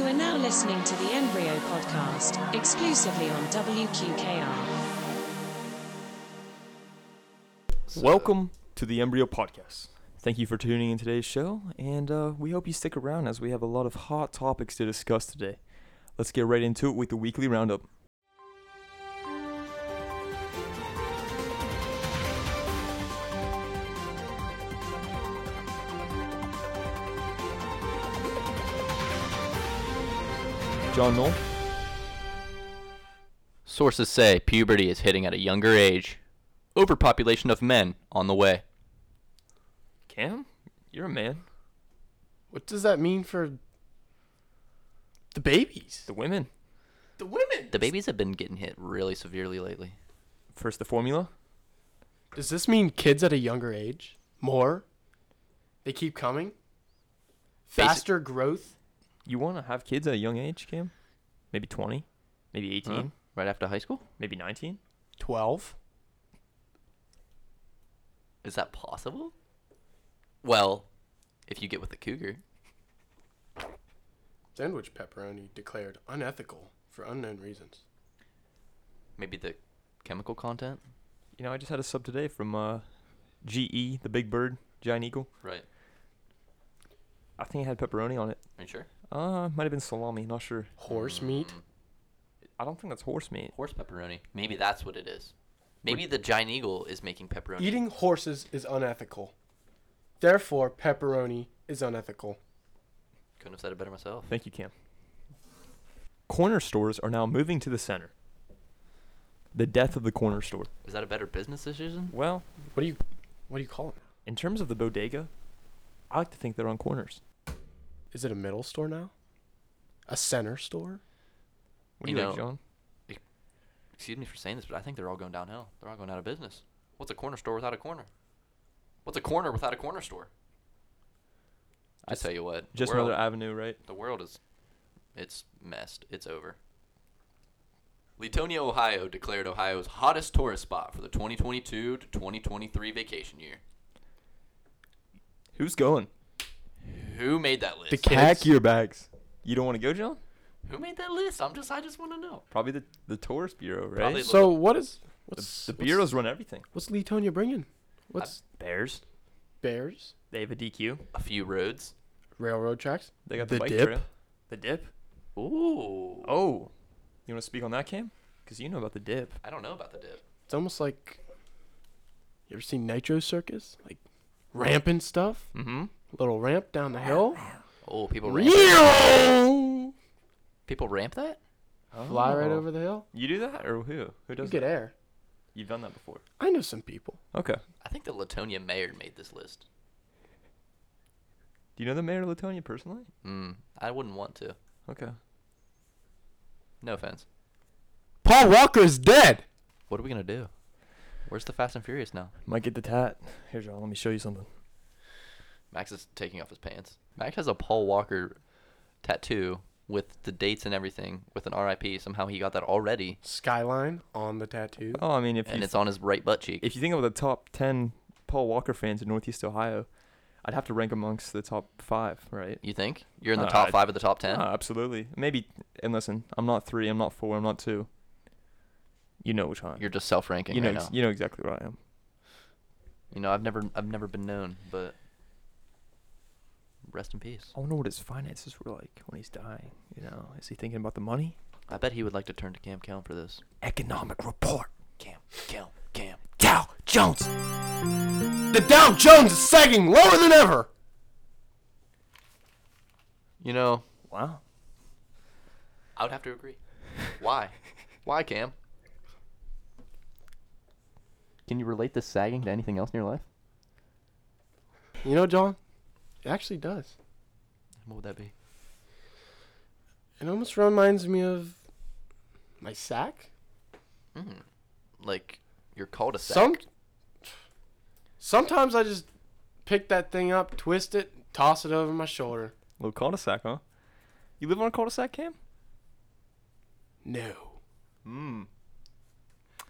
listening to the Embryo Podcast, exclusively on WQKR. Welcome to the Embryo Podcast. Thank you for tuning in today's show, and uh, we hope you stick around as we have a lot of hot topics to discuss today. Let's get right into it with the weekly roundup. John Knoll, Sources say puberty is hitting at a younger age. Overpopulation of men on the way. Cam, you're a man. What does that mean for the babies? The women. The women. The babies have been getting hit really severely lately. First, the formula. Does this mean kids at a younger age? More? They keep coming? Basi- Faster growth? You want to have kids at a young age, Cam? Maybe 20, maybe 18, Huh? Right after high school? maybe 19? 12? Is that possible? Well, if you get with the cougar. Sandwich pepperoni declared unethical for unknown reasons. Maybe the chemical content? You know, I just had a sub today from uh, GE, the big bird, giant eagle. Right. I think it had pepperoni on it. Are you sure? Uh, might have been salami, not sure. Mm, Horse meat? I don't think that's horse meat. Horse pepperoni. Maybe that's what it is. Maybe the giant eagle is making pepperoni. Eating horses is unethical. Therefore, pepperoni is unethical. Couldn't have said it better myself. Thank you, Cam. Corner stores are now moving to the center. The death of the corner store. Is that a better business decision? Well, What do you what do you call it? in terms of the bodega, I like to think they're on corners. Is it a middle store now? A center store? What do you, You like, know- John? Excuse me for saying this, but I think they're all going downhill. They're all going out of business. What's a corner store without a corner? What's a corner without a corner store? I tell you what, Just the world, another avenue, right? the world is, it's messed. It's over. Letonia, Ohio declared Ohio's hottest tourist spot for the 2022 to 2023 vacation year. Who's going? Who made that list? The kids. Pack your bags. You don't want to go, John? Who made that list? I'm just, I just want to know. Probably the, the tourist bureau, right? Probably the, So what is what's the what's- bureaus run everything. What's Letonia bringing? What's Bears. bears? They have a DQ. A few roads. Railroad tracks? They got the, The bike dip? trail. The dip. Ooh. Oh, you want to speak on that, Cam? Because you know about the dip. I don't know about the dip. It's almost like you ever seen Nitro Circus? Like ramping stuff? Mm-hmm. Little ramp down the hill. Oh, people ramp. Meow! People ramp that? Fly right over the hill. You do that, or who? Who You Oh. does get that? air. You've done that before. I know some people. Okay. I think the Latonia mayor made this list. Do you know the mayor of Latonia personally? Mm, I wouldn't want to. Okay. No offense. Paul Walker is dead. What are we gonna do? Where's the Fast and Furious now? Might get the tat. Here, John. Let me show you something. Max is taking off his pants. Max has a Paul Walker tattoo with the dates and everything, with an RIP. Somehow he got that already, Skyline on the tattoo. Oh, I mean, if and you it's on his right butt cheek. if you think about the top ten Paul Walker fans in Northeast Ohio, I'd have to rank amongst the top five, right? You think you're in the Uh, top five of the top ten? Ah, absolutely. Maybe. And listen, I'm not three. I'm not four. I'm not two. You know which one. You're just self-ranking you know. right ex- now. you know exactly where I am. You know, I've never, I've never been known, but rest in peace. I wonder what his finances were like when he's dying. You know, is he thinking about the money? I bet he would like to turn to Cam Kelm for this. Economic report. Cam, Kelm, Cam. Dow Jones. The Dow Jones is sagging lower than ever. You know, Wow. I would have to agree. Why? Why, Cam? Can you relate this sagging to anything else in your life? You know, John, it actually does. What would that be? It almost reminds me of my sack. Like you're called a sack. Some sometimes I just pick that thing up, twist it, toss it over my shoulder. Little cul-de-sac, huh? You live on a cul-de-sac, Cam? No. Mm.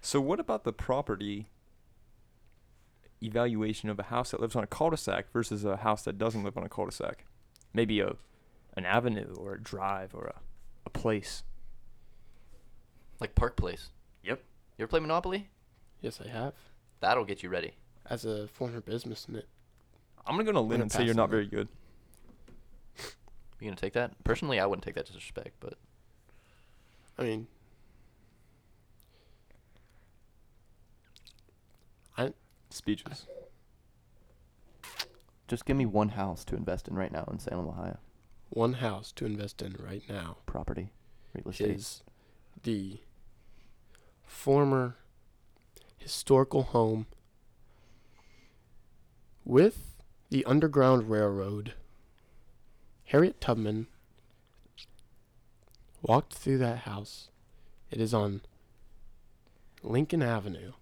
So what about the property evaluation of a house that lives on a cul-de-sac versus a house that doesn't live on a cul-de-sac? Maybe a an avenue or a drive or a a place. Like Park Place. Yep. You ever play Monopoly? Yes, I have. That'll get you ready. As a former businessman, I'm gonna go on a limb gonna and say pass you're on not that. very good. You gonna take that? Personally, I wouldn't take that as disrespect, but I mean, I Speeches. just give me one house to invest in right now in Salem, Ohio. one house to invest in right now Property, real is the former historical home with the Underground Railroad. Harriet Tubman walked through that house. It is on Lincoln Avenue,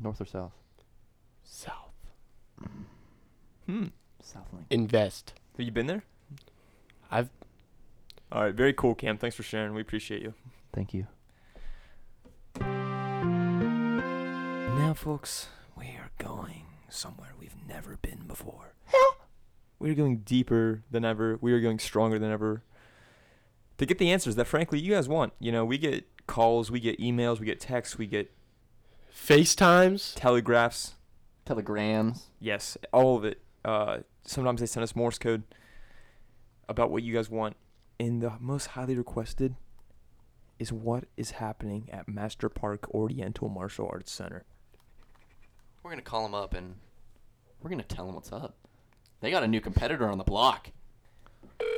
north or south? South. Hmm. South Link. Invest. Have you been there? I've All right. Very cool, Cam. Thanks for sharing. We appreciate you. Thank you. Now, folks, we are going somewhere we've never been before. we are going deeper than ever. We are going stronger than ever to get the answers that, frankly, you guys want. You know, we get calls, we get emails, we get texts, we get FaceTimes. telegraphs. Telegrams. Yes, all of it. Uh, sometimes they send us Morse code about what you guys want. And the most highly requested is what is happening at Master Park Oriental Martial Arts Center. We're gonna call them up and we're gonna tell them what's up. They got a new competitor on the block. Thank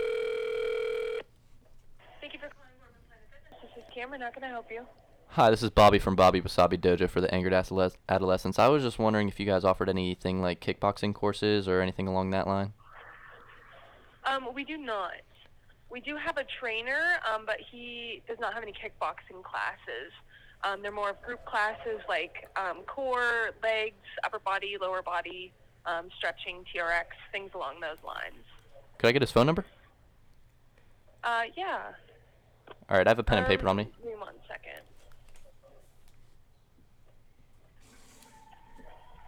you for calling Mormon Planet Fitness. This is Cameron. How can I help you? Hi, this is Bobby from Bobby Wasabi Dojo for the Angered Adoles- Adolescents. I was just wondering if you guys offered anything like kickboxing courses or anything along that line. Um, we do not. We do have a trainer, um, but he does not have any kickboxing classes. Um, they're more of group classes like um, core, legs, upper body, lower body, um, stretching, TRX, things along those lines. Could I get his phone number? Uh, yeah. All right, I have a pen and Um, paper on me. Give me one second.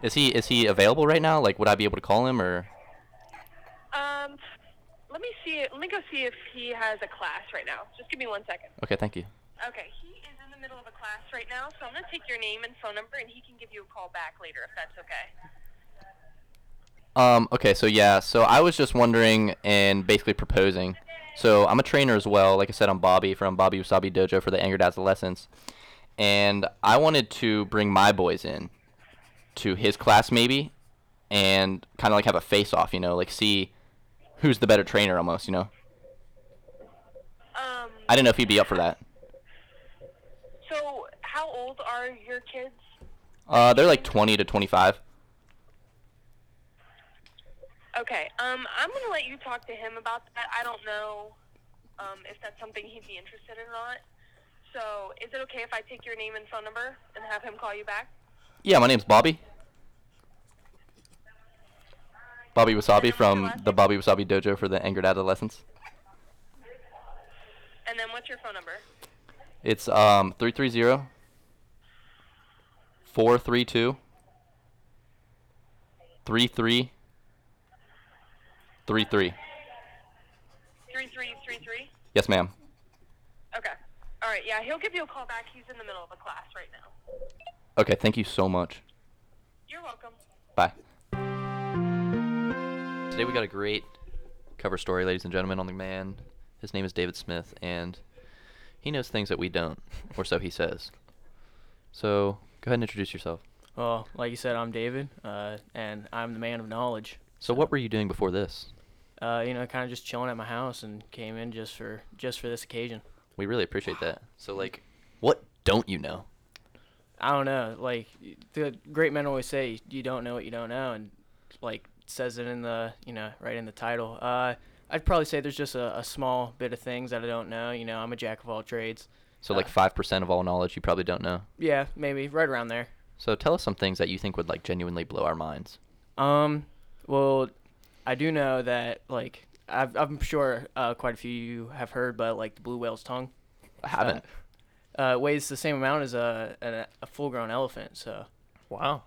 Is he is he available right now? Like, would I be able to call him or? Um, let me see. Let me go see if he has a class right now. Just give me one second. Okay, thank you. Okay, he is in the middle of a class right now, so I'm going to take your name and phone number, and he can give you a call back later if that's okay. Um, okay, so yeah, so I was just wondering and basically proposing. So I'm a trainer as well. Like I said, I'm Bobby from Bobby Wasabi Dojo for the Angered Adolescents. And I wanted to bring my boys in to his class maybe and kind of like have a face off, you know, like see who's the better trainer almost, you know. Um, I didn't know if he'd be up for that. so how old are your kids? Uh, they're like 20 to 25. Okay, um, I'm going to let you talk to him about that. I don't know um, if that's something he'd be interested in or not. So is it okay if I take your name and phone number and have him call you back? Yeah, my name's Bobby. Bobby Wasabi from the Bobby Wasabi Dojo for the Angered Adolescents. And then what's your phone number? It's um 330 432 3333. Three three three three. Yes, ma'am. Okay. All right, yeah, he'll give you a call back. He's in the middle of a class right now. Okay, thank you so much. You're welcome. Bye. Today we got a great cover story, ladies and gentlemen, on the man. His name is David Smith, and he knows things that we don't, or so he says. So go ahead and introduce yourself. Well, like you said, I'm David, uh, and I'm the man of knowledge. So what were you doing before this? Uh, you know, kind of just chilling at my house and came in just for just for this occasion. We really appreciate that. So like, what don't you know? I don't know, like the great men always say, you don't know what you don't know, and like says it in the you know right in the title. Uh, I'd probably say there's just a, a small bit of things that I don't know. You know, I'm a jack of all trades. So like five percent of all knowledge you probably don't know. Yeah, maybe right around there. So tell us some things that you think would like genuinely blow our minds. Um, well, I do know that like I've, I'm sure uh, quite a few of you have heard, but like the blue whale's tongue. I haven't. uh, weighs the same amount as a a, a full grown elephant. So Wow.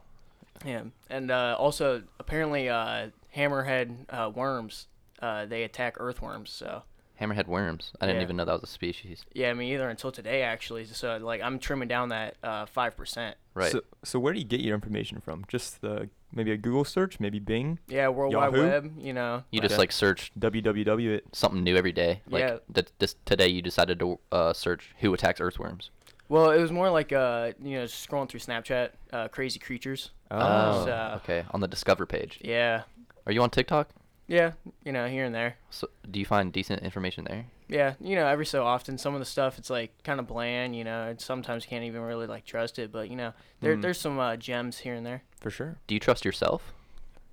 yeah, and uh, also apparently uh, hammerhead uh, worms uh, they attack earthworms. So Hammerhead worms. I didn't Yeah. even know that was a species. Yeah, me either until today actually. So like I'm trimming down that uh five percent. Right. So, so where do you get your information from? Just the maybe a Google search, maybe Bing, Yeah, World Wide Yahoo? Web. You know. you Okay. just like search www it. something new every day. Like Yeah. th- this today you decided to uh, search who attacks earthworms. Well, it was more like uh you know just scrolling through Snapchat, uh, crazy creatures. Ah. Oh. So- okay. On the discover page. Yeah. Are you on TikTok? Yeah. You know here and there. So, do you find decent information there? Yeah, you know, every so often, some of the stuff it's like kind of bland, you know, and sometimes can't even really like trust it. But you know, there Mm. there's some uh, gems here and there. for sure. Do you trust yourself?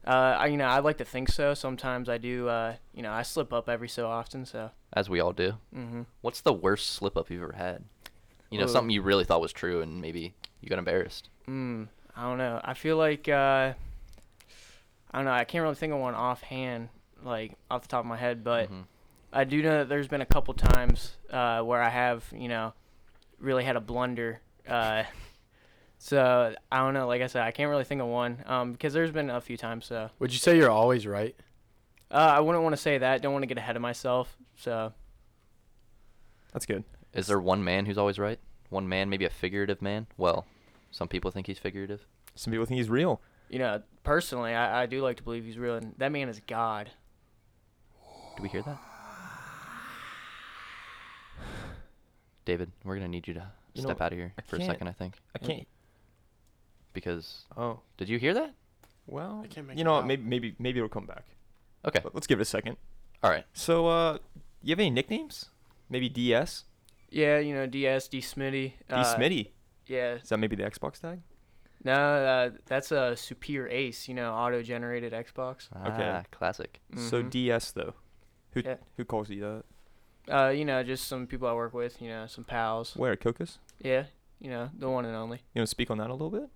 Uh, I, you know, I like to think so. Sometimes I do. Uh, you know, I slip up every so often. So, As we all do. mm-hmm. What's the worst slip up you've ever had? You know, Whoa. something you really thought was true and maybe you got embarrassed. mm, I don't know. I feel like uh, I don't know. I can't really think of one offhand, like off the top of my head. But Mm-hmm. Mhm. I do know that there's been a couple times uh, where I have, you know, really had a blunder. Uh, so I don't know. Like I said, I can't really think of one um, because there's been a few times. So Would you say you're always right? uh, I wouldn't want to say that. Don't want to get ahead of myself. So That's good. Is there one man who's always right? One man, maybe a figurative man? Well, some people think he's figurative. Some people think he's real. you know, personally, I, I do like to believe he's real, and that man is God. Do we hear that? David, we're going to need you to You know, step out of here I for a can't- second, I think. I can't. Because, Oh did you hear that? well. I can't make you it know, what, out. maybe maybe maybe it'll come back. Okay. But let's give it a second. All right. So, uh, you have any nicknames? Maybe DS, Yeah, you know, DS, D Smitty. D uh, Smitty. Yeah. Is that maybe the Xbox tag? No, uh, that's a Superior Ace, you know, auto generated Xbox. Okay. Ah, classic. So Mhm. DS though. Who Yeah. who calls you that? Uh, you know, just some people I work with, you know, some pals. Where Kokus? Yeah, you know, the one and only. You want to speak on that a little bit?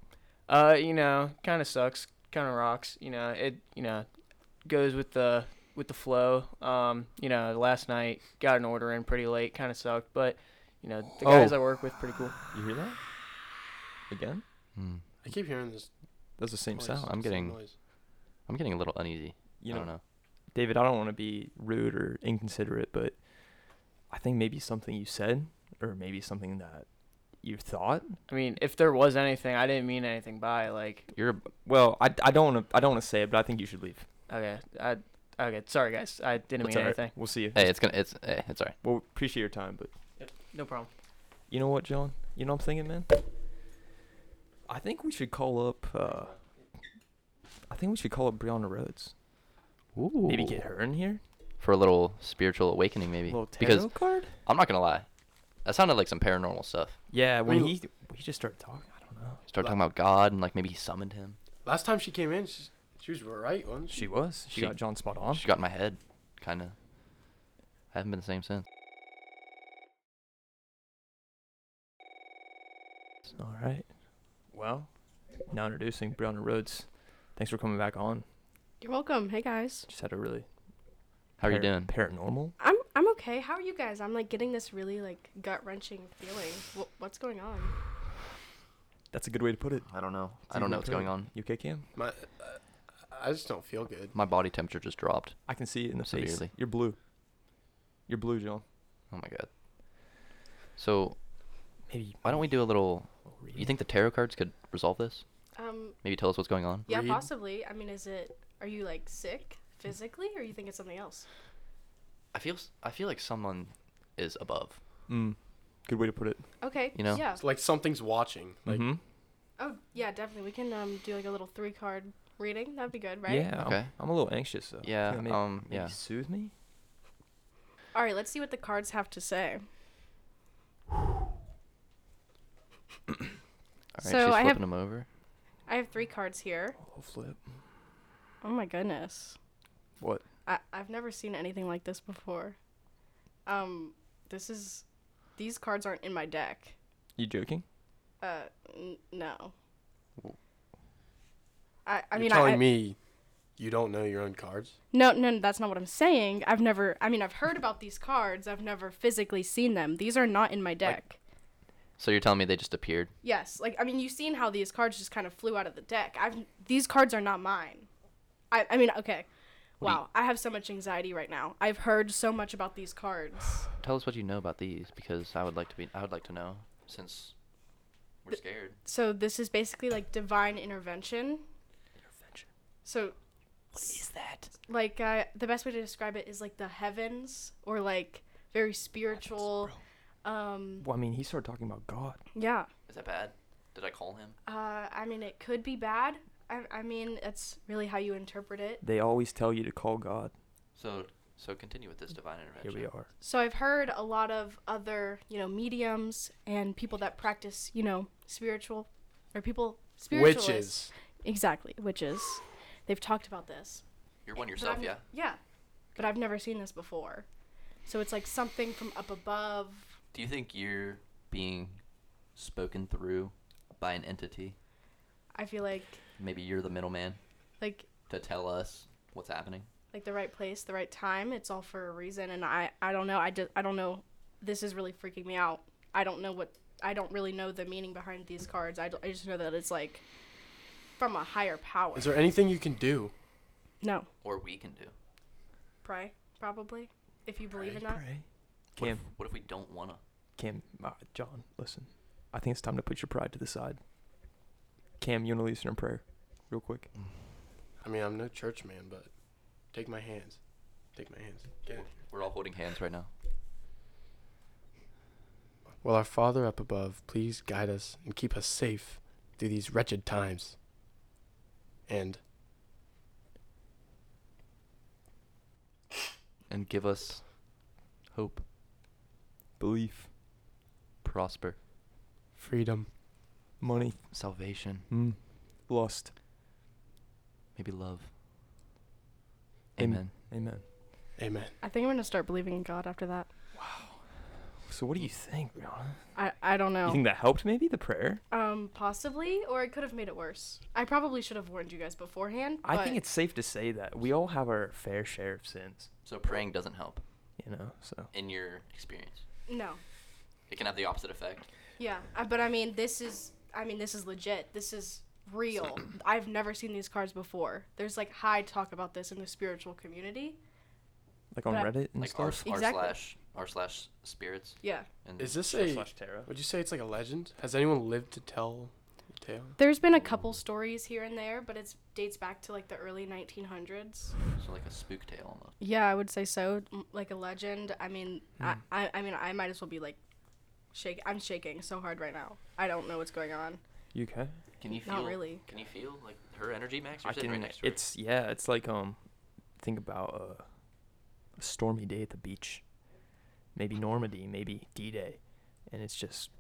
Uh, you know, kind of sucks, kind of rocks. You know, it you know goes with the with the flow. Um, you know, last night got an order in pretty late, kind of sucked, but you know the guys Oh. I work with pretty cool. You hear that? Again? Hmm. I keep hearing this. That's the same noise, sound. I'm same getting- noise. I'm getting a little uneasy. You know, I don't know. David, I don't want to be rude or inconsiderate, but I think maybe something you said, or maybe something that you thought. I mean, if there was anything, I didn't mean anything by it, like You're a Well, I, I don't want to I don't want to say it, but I think you should leave. okay, I okay, sorry guys, I didn't That's mean all right. anything. We'll see you. Hey, it's gonna. It's hey, it's alright. Well, appreciate your time, but No problem. you know what, John? You know what I'm thinking, man. I think we should call up. Uh, I think we should call up Brianna Rhodes. Maybe get her in here. for a little spiritual awakening, maybe. little tarot Because card. I'm not gonna lie, that sounded like some paranormal stuff. Yeah, when mean- he we just started talking. I don't know. Start talking about God and like maybe he summoned him. Last time she came in, she, she was right, wasn't she? She was. She, She- got John spot on. She got in my head, kind of. I haven't been the same since. All right. Well, now introducing Brianna Rhodes. Thanks for coming back on. You're welcome. Hey guys. Just had a really How are you par- doing? Paranormal. I'm I'm okay. How are you guys? I'm like getting this really like gut wrenching feeling. Wh- what's going on? That's a good way to put it. I don't know. It's I don't even know what's going good. on. You okay, Cam? My, uh, I just don't feel good. My body temperature just dropped. I can see it in the face. Severely. You're blue. You're blue, John. Oh my god. So Maybe. why don't we do a little? You think the tarot cards could resolve this? Um Maybe tell us what's going on. yeah, Read. possibly. I mean, is it are you like sick physically or you think it's something else? I feel. s- I feel like someone is above. Mm. Good way to put it. Okay. You know? Yeah. It's like something's watching. Like hmm Oh, yeah, definitely. We can um do like a little three card reading. That'd be good, right? Yeah. I'm- Okay. I'm, a little anxious though. Yeah, Can I may- um, maybe yeah. Soothe me. All right, let's see what the cards have to say. All right, So she's I flipping have- them over. I have three cards here. I'll flip. Oh my goodness. What? I I've never seen anything like this before. Um this is these cards aren't in my deck. You joking? Uh, n- no. I, I you're mean, telling I, me, you don't know your own cards. no, no, that's not what I'm saying. I've never, I mean, I've heard about these cards. I've never physically seen them. These are not in my deck. So you're telling me they just appeared? yes, like I mean, you've seen how these cards just kind of flew out of the deck. I've these cards are not mine. I, I mean, okay, What do you- wow, I have so much anxiety right now. I've heard so much about these cards. Tell us what you know about these because I would like to be I would like to know since we're scared. So this is basically like divine intervention. So What is that? like uh, the best way to describe it is like the heavens or like very spiritual. um Well, I mean, he started talking about God. yeah. Is that bad? Did I call him? Uh I mean it could be bad. I I mean that's really how you interpret it. They always tell you to call God. So so continue with this divine intervention. Here we are. So I've heard a lot of other, you know, mediums and people that practice, you know, spiritual or people spiritualists. Witches. Exactly, witches. They've talked about this. You're one But yourself, I've- yeah. Yeah. But I've never seen this before. So it's like something from up above. Do you think you're being spoken through by an entity? I feel like Maybe you're the middleman like to tell us what's happening. like the right place, the right time. It's all for a reason and I I don't know. I just I don't know. This is really freaking me out. I don't know what I don't really know the meaning behind these cards. I, d- I just know that it's like from a higher power. Is there anything you can do? no. Or we can do. Pray, probably. If you believe in that. What if, Cam, what if we don't wanna? Cam, uh, John, listen. I think it's time to put your pride to the side. Cam, you want to lead us in a prayer, real quick? I mean, I'm no church man, but take my hands. Take my hands. Get in. We're all holding hands right now. Well, our Father up above, please guide us and keep us safe through these wretched times. And And give us hope, Belief, prosper, freedom. money, salvation, mm, lust. maybe love. Amen. Amen. Amen. Amen. I think I'm gonna start believing in God after that. So, what do you think, Brianna? I, I don't You know. think that helped? Maybe the prayer. Um, possibly, or it could have made it worse. I probably should have warned you guys beforehand. I think but- it's safe to say that we all have our fair share of sins. So praying doesn't help You know, so in your experience. no. It can have the opposite effect. Yeah, I, but I mean, this is I mean, this is legit. This is real. I've never seen these cards before. There's like high talk about this in the spiritual community. like on But I- Reddit and like stuff. r, r Exactly. slash r slash spirits. Yeah. And Is this a? Terra. Would you say it's like a legend? Has anyone lived to tell the tale? There's been a couple stories here and there, but it dates back to like the early 1900s. so like a spook tale almost? Yeah, I would say so. M- Like a legend. I mean, I, I, I mean, I might as well be like, shake. I'm shaking so hard right now. I don't know what's going on. You okay? Can you feel? Not really. Can you feel like her energy, Max? You're I sitting can. right next to her. it's yeah. It's like um, think about uh, a stormy day at the beach, maybe Normandy, maybe D-Day, and it's just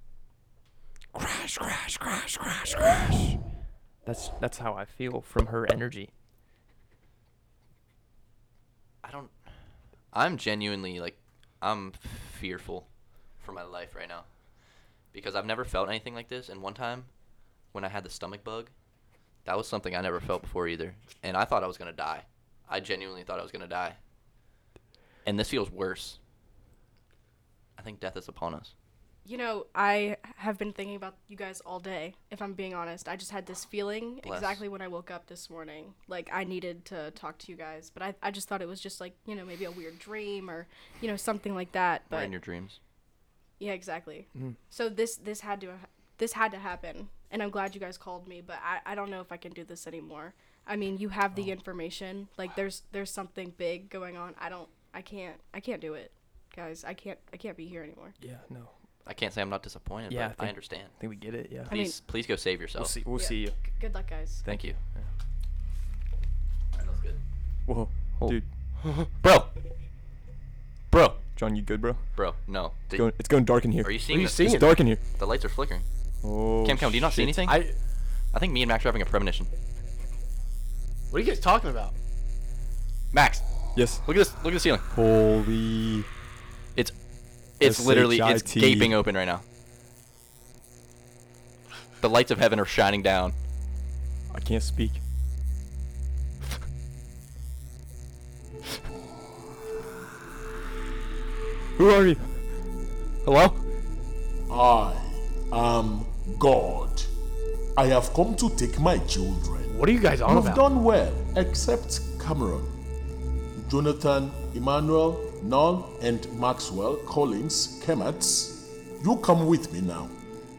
crash, crash, crash, crash, crash. That's that's how I feel from her energy. I don't. I'm genuinely like, I'm fearful for my life right now, because I've never felt anything like this. And one time, when I had the stomach bug, that was something I never felt before either. And I thought I was gonna die. I genuinely thought I was gonna die. And this feels worse. I think death is upon us. You know, I have been thinking about you guys all day. If I'm being honest, I just had this feeling Bless. exactly when I woke up this morning. Like I needed to talk to you guys, but I, I just thought it was just like you know maybe a weird dream or you know something like that. Or But in your dreams. yeah, exactly. So this this had to ha- this had to happen, and I'm glad you guys called me. But I, I don't know if I can do this anymore. I mean, you have the information. Like there's there's something big going on. I don't I can't I can't do it, guys. I can't I can't be here anymore. Yeah. No. I can't say I'm not disappointed, Yeah, I but I, think- understand. I think we get it. Yeah. I mean- Please, please go save yourself. We'll see. We'll Yeah. see you. G- good luck, guys. Thank you. Alright, that was good. Whoa, Oh. dude, Bro, bro, John, you good, bro? bro. No. Did- It's going, it's going dark in here. are you seeing? are you the, seeing? It's dark in here. The lights are flickering. Oh. Cam, Cam, do you not see shit. anything? I, I. think me and Max are having a premonition. What are you guys talking about? Max, Yes. look at this. Look at the ceiling. Holy. It's, it's literally it's S-H-I-T. gaping open right now. The lights of heaven are shining down. I can't speak. Who are you? Hello? I am God. I have come to take my children. What are you guys on You've about? done well, except Cameron. Jonathan Emmanuel Null, and Maxwell Collins Kemetz. You come with me now.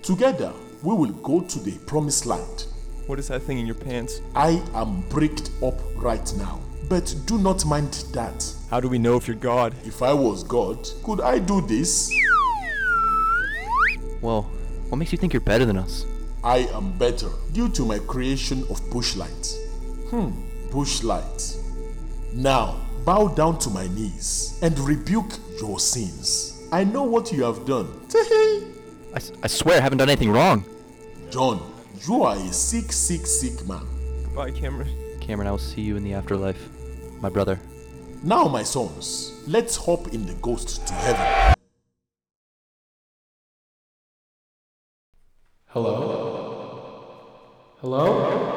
Together, we will go to the promised land. What is that thing in your pants? I am bricked up right now, but do not mind that. How do we know if you're God? If I was God, could I do this? Well, what makes you think you're better than us? I am better due to my creation of bushlight. Hmm, bushlight. Now, bow down to my knees and rebuke your sins. I know what you have done. I, s- I swear I haven't done anything wrong. John, you are a sick, sick, sick man. Goodbye, Cameron. Cameron, I will see you in the afterlife, my brother. Now, my sons, let's hop in the ghost to heaven. Hello? Hello?